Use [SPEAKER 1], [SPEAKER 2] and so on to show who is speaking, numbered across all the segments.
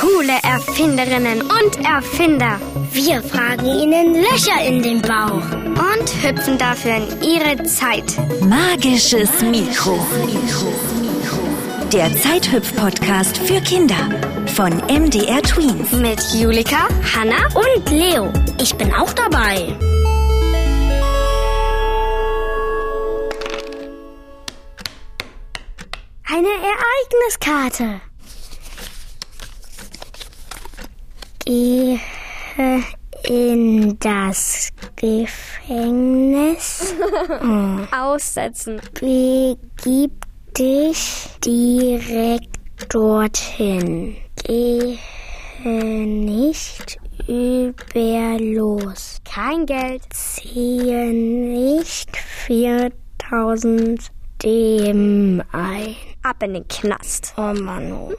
[SPEAKER 1] Coole Erfinderinnen und Erfinder.
[SPEAKER 2] Wir fragen ihnen Löcher in den Bauch.
[SPEAKER 1] Und hüpfen dafür in ihre Zeit.
[SPEAKER 3] Magisches Mikro. Der Zeithüpf-Podcast für Kinder von MDR Tweens.
[SPEAKER 1] Mit Julika, Hanna
[SPEAKER 2] Und Leo, ich bin auch dabei. Eine Ereigniskarte. Gehe in das Gefängnis.
[SPEAKER 1] aussetzen.
[SPEAKER 2] Begib dich direkt dorthin. Gehe nicht über los.
[SPEAKER 1] Kein Geld.
[SPEAKER 2] Ziehe nicht 4000 dem ein.
[SPEAKER 1] Ab in den Knast.
[SPEAKER 2] Oh Mann. oh.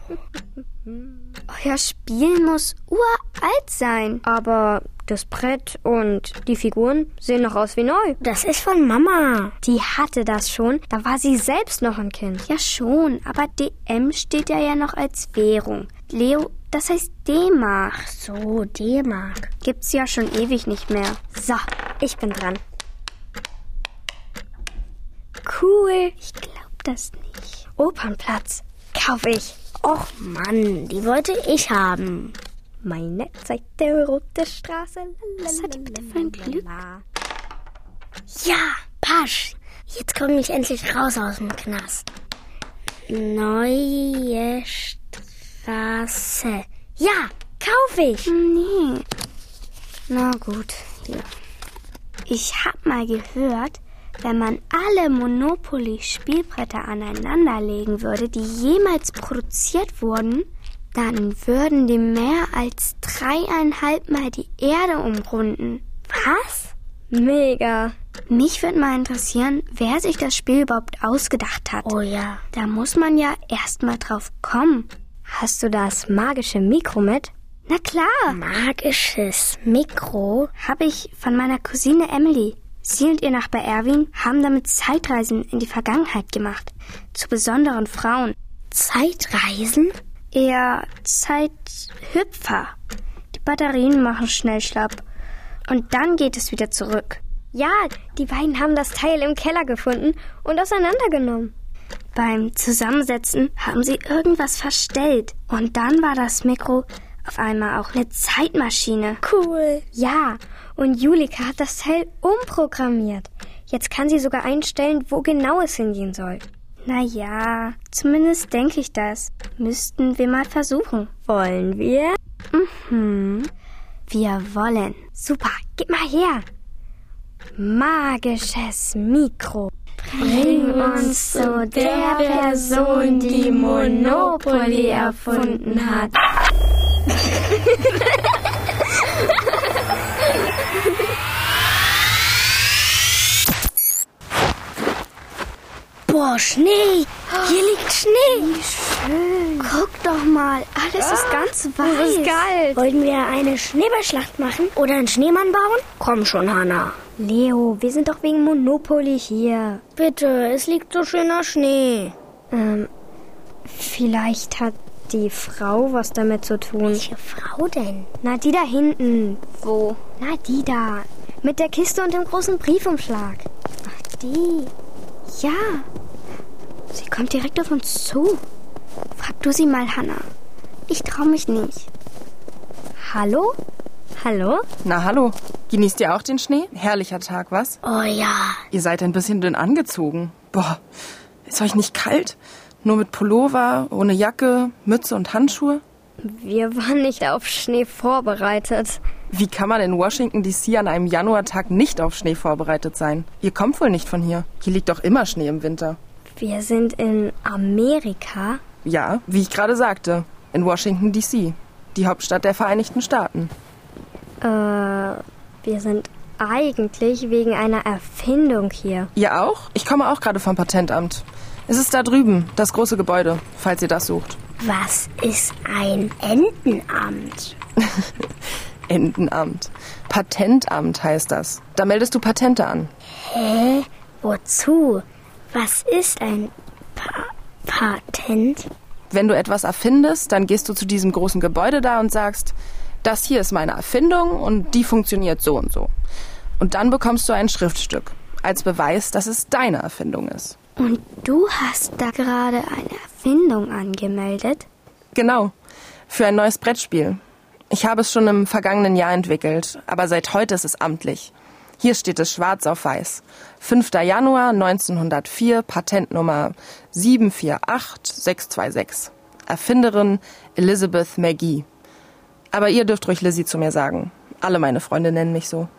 [SPEAKER 1] Euer Spiel muss uralt sein. Aber das Brett und die Figuren sehen noch aus wie neu.
[SPEAKER 2] Das ist von Mama.
[SPEAKER 1] Die hatte das schon, da war sie selbst noch ein Kind. Ja schon, aber DM steht ja ja noch als Währung. Leo, das heißt D-Mark.
[SPEAKER 2] So, D-Mark.
[SPEAKER 1] Gibt's ja schon ewig nicht mehr. So, ich bin dran. Cool. Ich glaub das nicht. Opernplatz. Kauf ich.
[SPEAKER 2] Och Mann, die wollte ich haben.
[SPEAKER 1] Meine Zeit der rote Straße. Was hatte ich bitte für ein Glück?
[SPEAKER 2] Ja, Pasch. Jetzt komme ich endlich raus aus dem Knast. Neue Straße. Ja, kaufe ich.
[SPEAKER 1] Nee. Na gut, hier. Ich hab mal gehört, wenn man alle Monopoly-Spielbretter aneinanderlegen würde, die jemals produziert wurden, dann würden die mehr als dreieinhalb Mal die Erde umrunden. Was? Mega. Mich würde mal interessieren, wer sich das Spiel überhaupt ausgedacht hat.
[SPEAKER 2] Oh ja.
[SPEAKER 1] Da muss man ja erst mal drauf kommen. Hast du das magische Mikro mit? Na klar,
[SPEAKER 2] Magisches Mikro.
[SPEAKER 1] habe ich von meiner Cousine Emily. Sie und ihr Nachbar Erwin haben damit Zeitreisen in die Vergangenheit gemacht. Zu besonderen Frauen.
[SPEAKER 2] Zeitreisen?
[SPEAKER 1] Eher Zeithüpfer. Die Batterien machen schnell schlapp. Und dann geht es wieder zurück. Ja, die beiden haben das Teil im Keller gefunden und auseinandergenommen. Beim Zusammensetzen haben sie irgendwas verstellt. Und dann war das Mikro auf einmal auch eine Zeitmaschine.
[SPEAKER 2] Cool.
[SPEAKER 1] Ja, und Julika hat das Teil umprogrammiert. Jetzt kann sie sogar einstellen, wo genau es hingehen soll. Naja, zumindest denke ich das. Müssten wir mal versuchen. Wollen wir? Mhm. Wir wollen. Super, gib mal her. Magisches Mikro. Bring uns zu der Person, die Monopoly erfunden hat.
[SPEAKER 2] Boah, Schnee. Hier liegt Schnee.
[SPEAKER 1] Guck doch mal, alles ist ganz weiß. Ah, Das ist geil.
[SPEAKER 2] Wollen wir eine Schneeballschlacht machen oder einen Schneemann bauen? Komm schon, Hanna.
[SPEAKER 1] Leo, wir sind doch wegen Monopoly hier.
[SPEAKER 2] Bitte, es liegt so schöner Schnee.
[SPEAKER 1] Ähm, vielleicht hat die Frau was damit zu tun.
[SPEAKER 2] Welche Frau denn?
[SPEAKER 1] Na, die da hinten. Wo? Na, die da. Mit der Kiste und dem großen Briefumschlag. Ach, die. Ja. Sie kommt direkt auf uns zu. Frag du sie mal, Hanna. Ich trau mich nicht. Hallo? Hallo?
[SPEAKER 4] Na hallo, genießt ihr auch den Schnee? Herrlicher Tag, was?
[SPEAKER 2] Oh ja.
[SPEAKER 4] Ihr seid ein bisschen dünn angezogen. Boah, ist euch nicht kalt? Nur mit Pullover, ohne Jacke, Mütze und Handschuhe?
[SPEAKER 1] Wir waren nicht auf Schnee vorbereitet.
[SPEAKER 4] Wie kann man in Washington DC an einem Januartag nicht auf Schnee vorbereitet sein? Ihr kommt wohl nicht von hier. Hier liegt doch immer Schnee im Winter.
[SPEAKER 1] Wir sind in Amerika.
[SPEAKER 4] Ja, wie ich gerade sagte, in Washington DC, die Hauptstadt der Vereinigten Staaten.
[SPEAKER 1] Äh, wir sind eigentlich wegen einer Erfindung hier.
[SPEAKER 4] Ihr auch? Ich komme auch gerade vom Patentamt. Es ist da drüben, das große Gebäude, falls ihr das sucht.
[SPEAKER 2] Was ist ein Entenamt?
[SPEAKER 4] Entenamt. Patentamt heißt das. Da meldest du Patente an.
[SPEAKER 1] Äh,
[SPEAKER 2] Hä? Wozu? Was ist ein pa Patent?
[SPEAKER 4] Wenn du etwas erfindest, dann gehst du zu diesem großen Gebäude da und sagst, das hier ist meine Erfindung und die funktioniert so und so. Und dann bekommst du ein Schriftstück als Beweis, dass es deine Erfindung ist.
[SPEAKER 1] Und du hast da gerade eine Erfindung angemeldet?
[SPEAKER 4] Genau, für ein neues Brettspiel. Ich habe es schon im vergangenen Jahr entwickelt, aber seit heute ist es amtlich. Hier steht es schwarz auf weiß. 5. Januar 1904, Patentnummer 748626. Erfinderin Elizabeth McGee. Aber ihr dürft ruhig Lizzie zu mir sagen. Alle meine Freunde nennen mich so.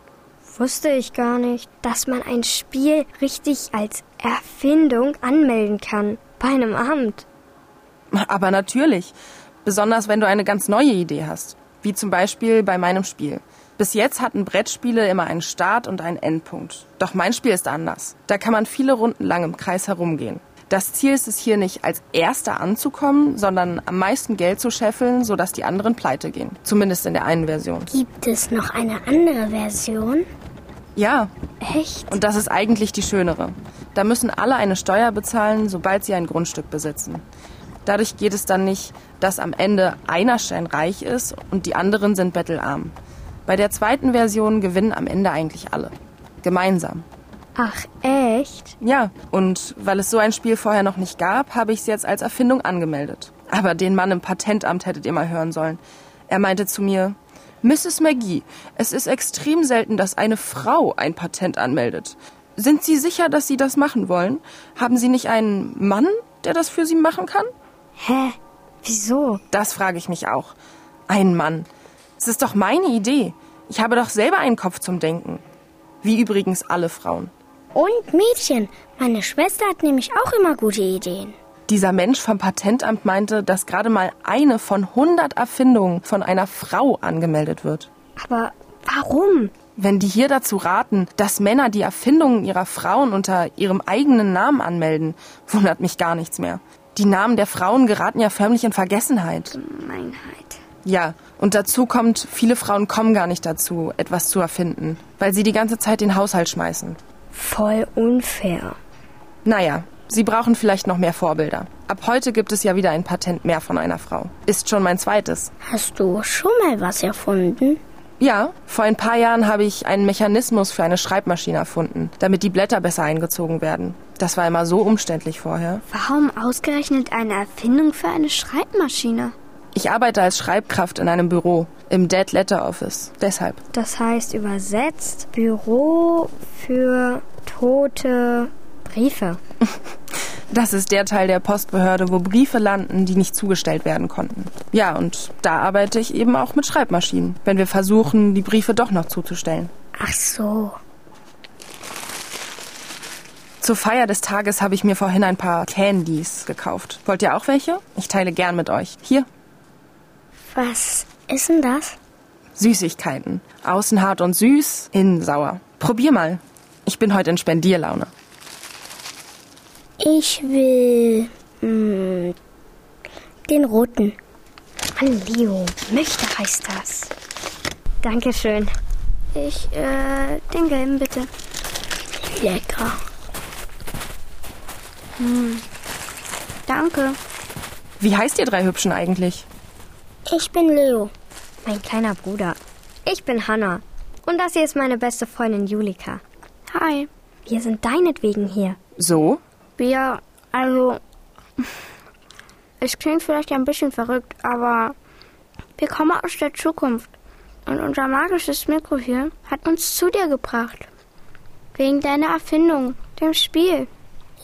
[SPEAKER 1] Wusste ich gar nicht.
[SPEAKER 2] Dass man ein Spiel richtig als Erfindung anmelden kann. Bei einem Amt.
[SPEAKER 4] Aber natürlich. Besonders wenn du eine ganz neue Idee hast. Wie zum Beispiel bei meinem Spiel. Bis jetzt hatten Brettspiele immer einen Start und einen Endpunkt. Doch mein Spiel ist anders. Da kann man viele Runden lang im Kreis herumgehen. Das Ziel ist es hier nicht, als Erster anzukommen, sondern am meisten Geld zu scheffeln, sodass die anderen pleite gehen. Zumindest in der einen Version.
[SPEAKER 2] Gibt es noch eine andere Version?
[SPEAKER 4] Ja,
[SPEAKER 1] Echt?
[SPEAKER 4] und das ist eigentlich die schönere. Da müssen alle eine Steuer bezahlen, sobald sie ein Grundstück besitzen. Dadurch geht es dann nicht, dass am Ende einer steinreich ist und die anderen sind bettelarm. Bei der zweiten Version gewinnen am Ende eigentlich alle. Gemeinsam.
[SPEAKER 1] Ach, echt?
[SPEAKER 4] Ja, und weil es so ein Spiel vorher noch nicht gab, habe ich es jetzt als Erfindung angemeldet. Aber den Mann im Patentamt hättet ihr mal hören sollen. Er meinte zu mir, Mrs. McGee, es ist extrem selten, dass eine Frau ein Patent anmeldet. Sind Sie sicher, dass Sie das machen wollen? Haben Sie nicht einen Mann, der das für Sie machen kann?
[SPEAKER 1] Hä? Wieso?
[SPEAKER 4] Das frage ich mich auch. Ein Mann. Es ist doch meine Idee. Ich habe doch selber einen Kopf zum Denken. Wie übrigens alle Frauen.
[SPEAKER 2] Und Mädchen. Meine Schwester hat nämlich auch immer gute Ideen.
[SPEAKER 4] Dieser Mensch vom Patentamt meinte, dass gerade mal eine von 100 Erfindungen von einer Frau angemeldet wird.
[SPEAKER 1] Aber warum?
[SPEAKER 4] Wenn die hier dazu raten, dass Männer die Erfindungen ihrer Frauen unter ihrem eigenen Namen anmelden, wundert mich gar nichts mehr. Die Namen der Frauen geraten ja förmlich in Vergessenheit.
[SPEAKER 1] Meinheit.
[SPEAKER 4] Ja, und dazu kommt, viele Frauen kommen gar nicht dazu, etwas zu erfinden, weil sie die ganze Zeit den Haushalt schmeißen.
[SPEAKER 1] Voll unfair.
[SPEAKER 4] Naja, Sie brauchen vielleicht noch mehr Vorbilder. Ab heute gibt es ja wieder ein Patent mehr von einer Frau. Ist schon mein zweites.
[SPEAKER 2] Hast du schon mal was erfunden?
[SPEAKER 4] Ja, vor ein paar Jahren habe ich einen Mechanismus für eine Schreibmaschine erfunden, damit die Blätter besser eingezogen werden. Das war immer so umständlich vorher.
[SPEAKER 1] Warum ausgerechnet eine Erfindung für eine Schreibmaschine?
[SPEAKER 4] Ich arbeite als Schreibkraft in einem Büro, im Dead Letter Office. Deshalb.
[SPEAKER 1] Das heißt übersetzt Büro für tote Briefe.
[SPEAKER 4] Das ist der Teil der Postbehörde, wo Briefe landen, die nicht zugestellt werden konnten. Ja, und da arbeite ich eben auch mit Schreibmaschinen, wenn wir versuchen, die Briefe doch noch zuzustellen.
[SPEAKER 2] Ach so.
[SPEAKER 4] Zur Feier des Tages habe ich mir vorhin ein paar Candies gekauft. Wollt ihr auch welche? Ich teile gern mit euch. Hier,
[SPEAKER 2] Was ist denn das?
[SPEAKER 4] Süßigkeiten. Außen hart und süß, innen sauer. Probier mal. Ich bin heute in Spendierlaune.
[SPEAKER 2] Ich will mm, den roten.
[SPEAKER 1] Mann, Leo, möchte heißt das. Dankeschön. Ich, äh, den gelben bitte.
[SPEAKER 2] Lecker.
[SPEAKER 1] Hm. Danke.
[SPEAKER 4] Wie heißt ihr drei Hübschen eigentlich?
[SPEAKER 2] Ich bin Leo.
[SPEAKER 1] Mein kleiner Bruder. Ich bin Hanna. Und das hier ist meine beste Freundin Julika. Hi. Wir sind deinetwegen hier.
[SPEAKER 4] So?
[SPEAKER 1] Wir, also, es klingt vielleicht ein bisschen verrückt, aber wir kommen aus der Zukunft. Und unser magisches Mikro hier hat uns zu dir gebracht. Wegen deiner Erfindung, dem Spiel.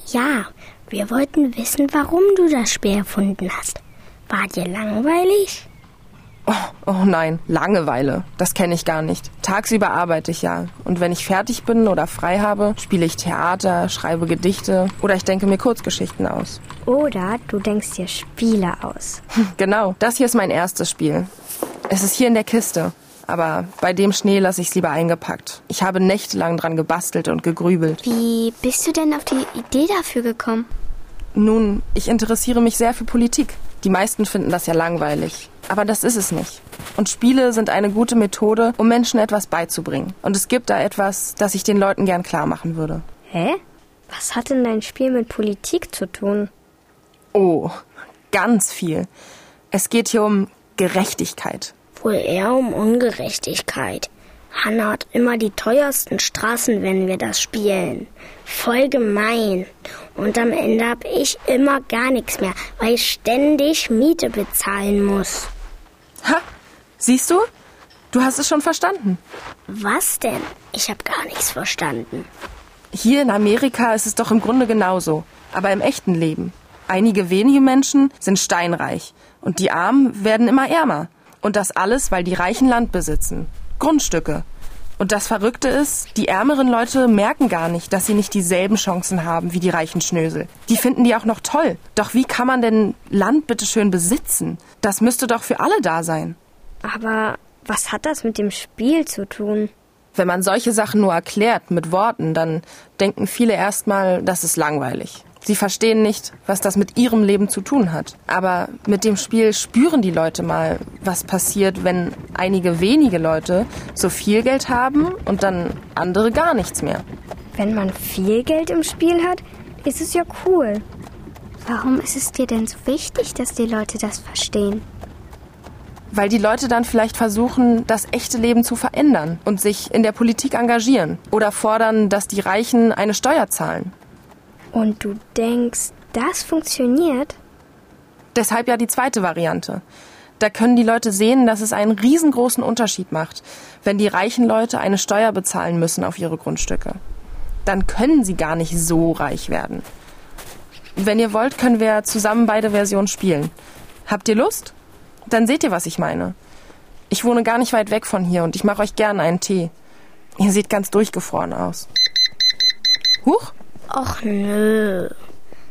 [SPEAKER 2] Ja, wir wollten wissen, warum du das Spiel erfunden hast. War dir langweilig?
[SPEAKER 4] Oh nein, Langeweile. Das kenne ich gar nicht. Tagsüber arbeite ich ja. Und wenn ich fertig bin oder frei habe, spiele ich Theater, schreibe Gedichte oder ich denke mir Kurzgeschichten aus.
[SPEAKER 1] Oder du denkst dir Spiele aus.
[SPEAKER 4] Genau, das hier ist mein erstes Spiel. Es ist hier in der Kiste. Aber bei dem Schnee lasse ich es lieber eingepackt. Ich habe nächtelang dran gebastelt und gegrübelt.
[SPEAKER 1] Wie bist du denn auf die Idee dafür gekommen?
[SPEAKER 4] Nun, ich interessiere mich sehr für Politik. Die meisten finden das ja langweilig. Aber das ist es nicht. Und Spiele sind eine gute Methode, um Menschen etwas beizubringen. Und es gibt da etwas, das ich den Leuten gern klar machen würde.
[SPEAKER 1] Hä? Was hat denn dein Spiel mit Politik zu tun?
[SPEAKER 4] Oh, ganz viel. Es geht hier um Gerechtigkeit.
[SPEAKER 2] Wohl eher um Ungerechtigkeit. Hanna hat immer die teuersten Straßen, wenn wir das spielen. Voll gemein. Und am Ende hab ich immer gar nichts mehr, weil ich ständig Miete bezahlen muss.
[SPEAKER 4] Ha, siehst du? Du hast es schon verstanden.
[SPEAKER 2] Was denn? Ich hab gar nichts verstanden.
[SPEAKER 4] Hier in Amerika ist es doch im Grunde genauso, aber im echten Leben. Einige wenige Menschen sind steinreich und die Armen werden immer ärmer. Und das alles, weil die Reichen Land besitzen. Grundstücke. Und das Verrückte ist, die ärmeren Leute merken gar nicht, dass sie nicht dieselben Chancen haben wie die reichen Schnösel. Die finden die auch noch toll. Doch wie kann man denn Land bitteschön besitzen? Das müsste doch für alle da sein.
[SPEAKER 1] Aber was hat das mit dem Spiel zu tun?
[SPEAKER 4] Wenn man solche Sachen nur erklärt mit Worten, dann denken viele erstmal, das ist langweilig. Sie verstehen nicht, was das mit ihrem Leben zu tun hat. Aber mit dem Spiel spüren die Leute mal, was passiert, wenn einige wenige Leute so viel Geld haben und dann andere gar nichts mehr.
[SPEAKER 1] Wenn man viel Geld im Spiel hat, ist es ja cool. Warum ist es dir denn so wichtig, dass die Leute das verstehen?
[SPEAKER 4] Weil die Leute dann vielleicht versuchen, das echte Leben zu verändern und sich in der Politik engagieren oder fordern, dass die Reichen eine Steuer zahlen.
[SPEAKER 1] Und du denkst, das funktioniert?
[SPEAKER 4] Deshalb ja die zweite Variante. Da können die Leute sehen, dass es einen riesengroßen Unterschied macht, wenn die reichen Leute eine Steuer bezahlen müssen auf ihre Grundstücke. Dann können sie gar nicht so reich werden. Wenn ihr wollt, können wir zusammen beide Versionen spielen. Habt ihr Lust? Dann seht ihr, was ich meine. Ich wohne gar nicht weit weg von hier und ich mache euch gern einen Tee. Ihr seht ganz durchgefroren aus. Huch,
[SPEAKER 2] Och nö.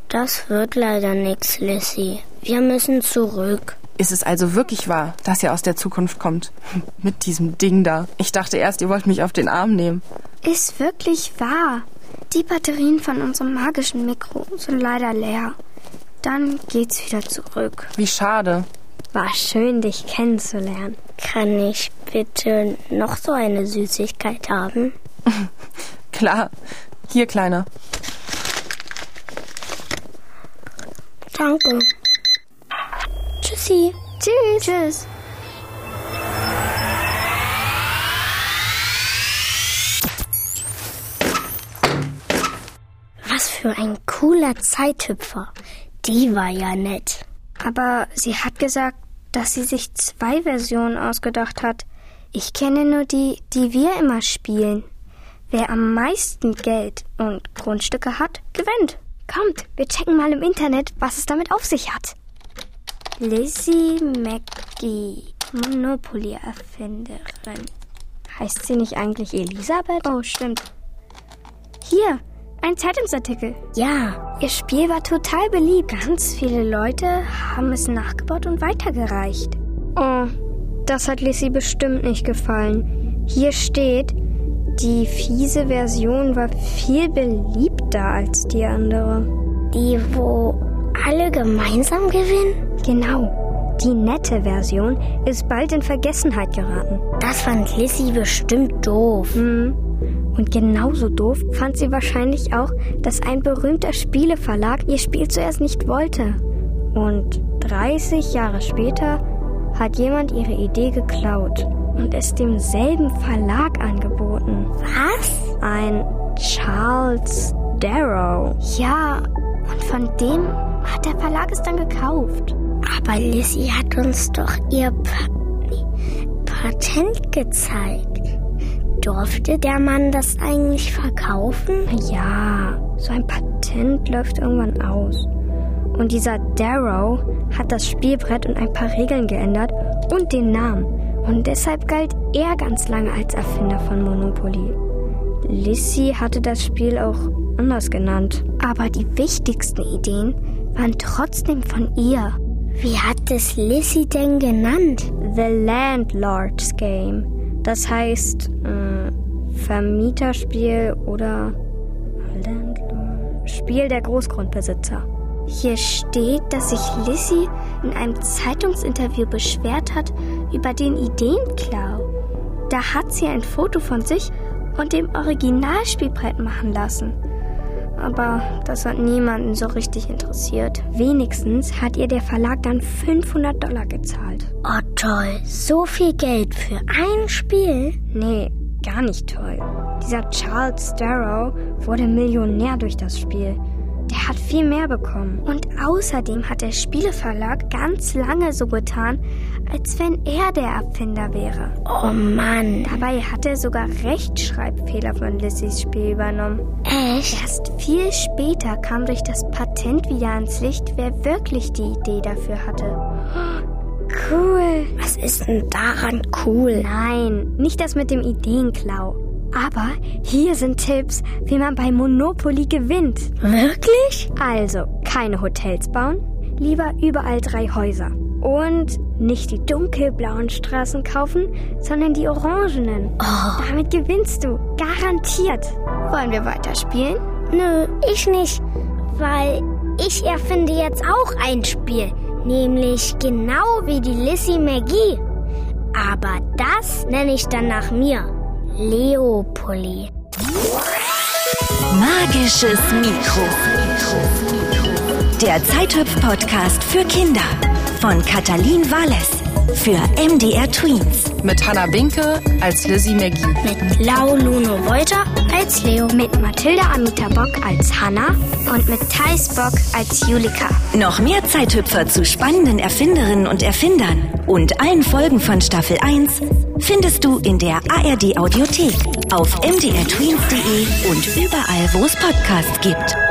[SPEAKER 2] Das wird leider nix, Lissy. Wir müssen zurück.
[SPEAKER 4] Ist es also wirklich wahr, dass ihr aus der Zukunft kommt? Mit diesem Ding da. Ich dachte erst, ihr wollt mich auf den Arm nehmen.
[SPEAKER 1] Ist wirklich wahr. Die Batterien von unserem magischen Mikro sind leider leer. Dann geht's wieder zurück.
[SPEAKER 4] Wie schade.
[SPEAKER 1] War schön, dich kennenzulernen.
[SPEAKER 2] Kann ich bitte noch so eine Süßigkeit haben?
[SPEAKER 4] Klar. Hier, Kleiner.
[SPEAKER 2] Danke. Tschüssi.
[SPEAKER 1] Tschüss. Tschüss.
[SPEAKER 2] Was für ein cooler Zeithüpfer. Die war ja nett.
[SPEAKER 1] Aber sie hat gesagt, dass sie sich zwei Versionen ausgedacht hat. Ich kenne nur die, die wir immer spielen. Wer am meisten Geld und Grundstücke hat, gewinnt. Kommt, wir checken mal im Internet, was es damit auf sich hat. Lizzie McGee, Monopoly-Erfinderin. Heißt sie nicht eigentlich Elisabeth? Oh, stimmt. Hier, ein Zeitungsartikel.
[SPEAKER 2] Ja,
[SPEAKER 1] Ihr Spiel war total beliebt. Ganz viele Leute haben es nachgebaut und weitergereicht. Oh, das hat Lissy bestimmt nicht gefallen. Hier steht, die fiese Version war viel beliebter als die andere.
[SPEAKER 2] die, wo alle gemeinsam gewinnen?
[SPEAKER 1] Genau. Die nette Version ist bald in Vergessenheit geraten.
[SPEAKER 2] Das fand Lissy bestimmt doof.
[SPEAKER 1] Hm. Und genauso doof fand sie wahrscheinlich auch, dass ein berühmter Spieleverlag ihr Spiel zuerst nicht wollte. Und 30 Jahre später hat jemand ihre Idee geklaut und es demselben Verlag angeboten.
[SPEAKER 2] Was?
[SPEAKER 1] Ein Charles Darrow. Ja, und von dem hat der Verlag es dann gekauft.
[SPEAKER 2] Aber Lissy hat uns doch ihr pa nee, Patent gezeigt. Durfte der Mann das eigentlich verkaufen?
[SPEAKER 1] Ja, so ein Patent läuft irgendwann aus. Und dieser Darrow hat das Spielbrett und ein paar Regeln geändert und den Namen. Und deshalb galt er ganz lange als Erfinder von Monopoly. Lissy hatte das Spiel auch anders genannt. Aber die wichtigsten Ideen waren trotzdem von ihr.
[SPEAKER 2] Wie hat es Lissy denn genannt?
[SPEAKER 1] The Landlord's Game. Das heißt äh, Vermieterspiel oder Landlord- Spiel der Großgrundbesitzer. Hier steht, dass sich Lissy in einem Zeitungsinterview beschwert hat über den Ideenklau. Da hat sie ein Foto von sich und dem Originalspielbrett machen lassen. Aber das hat niemanden so richtig interessiert. Wenigstens hat ihr der Verlag dann 500 Dollar gezahlt.
[SPEAKER 2] Oh toll, so viel Geld für ein Spiel?
[SPEAKER 1] Nee, gar nicht toll. Dieser Charles Darrow wurde Millionär durch das Spiel. Der hat viel mehr bekommen. Und außerdem hat der Spieleverlag ganz lange so getan, als wenn er der Erfinder wäre.
[SPEAKER 2] Oh Mann,
[SPEAKER 1] Dabei hat er sogar Rechtschreibfehler von Lissys Spiel übernommen.
[SPEAKER 2] echt?
[SPEAKER 1] Erst viel später kam durch das Patent wieder ans Licht, wer wirklich die Idee dafür hatte.
[SPEAKER 2] Cool. Was ist denn daran cool?
[SPEAKER 1] Nein, nicht das mit dem Ideenklau. Aber hier sind Tipps, wie man bei Monopoly gewinnt.
[SPEAKER 2] Wirklich?
[SPEAKER 1] Also, keine Hotels bauen, lieber überall drei Häuser. Und nicht die dunkelblauen Straßen kaufen, sondern die orangenen. Damit gewinnst du, garantiert. Oh. Wollen wir weiterspielen?
[SPEAKER 2] Nö, ich nicht, weil ich erfinde jetzt auch ein Spiel, nämlich genau wie die Lissy Magie. Aber das nenne ich dann nach mir Leopoli.
[SPEAKER 3] Magisches Mikro. Der Zeithüpf-Podcast für Kinder von Katalin Walles für MDR Tweens.
[SPEAKER 4] Mit Hannah Binke als Lizzie McGee.
[SPEAKER 2] Mit Lau Luno Reuter als Leo.
[SPEAKER 1] Mit Mathilda Amita Bock als Hanna und mit Thais Bock als Julika.
[SPEAKER 3] Noch mehr Zeithüpfer zu spannenden Erfinderinnen und Erfindern und allen Folgen von Staffel 1 findest du in der E ARD Audiothek auf mdrtweens.de und überall, wo es Podcasts gibt.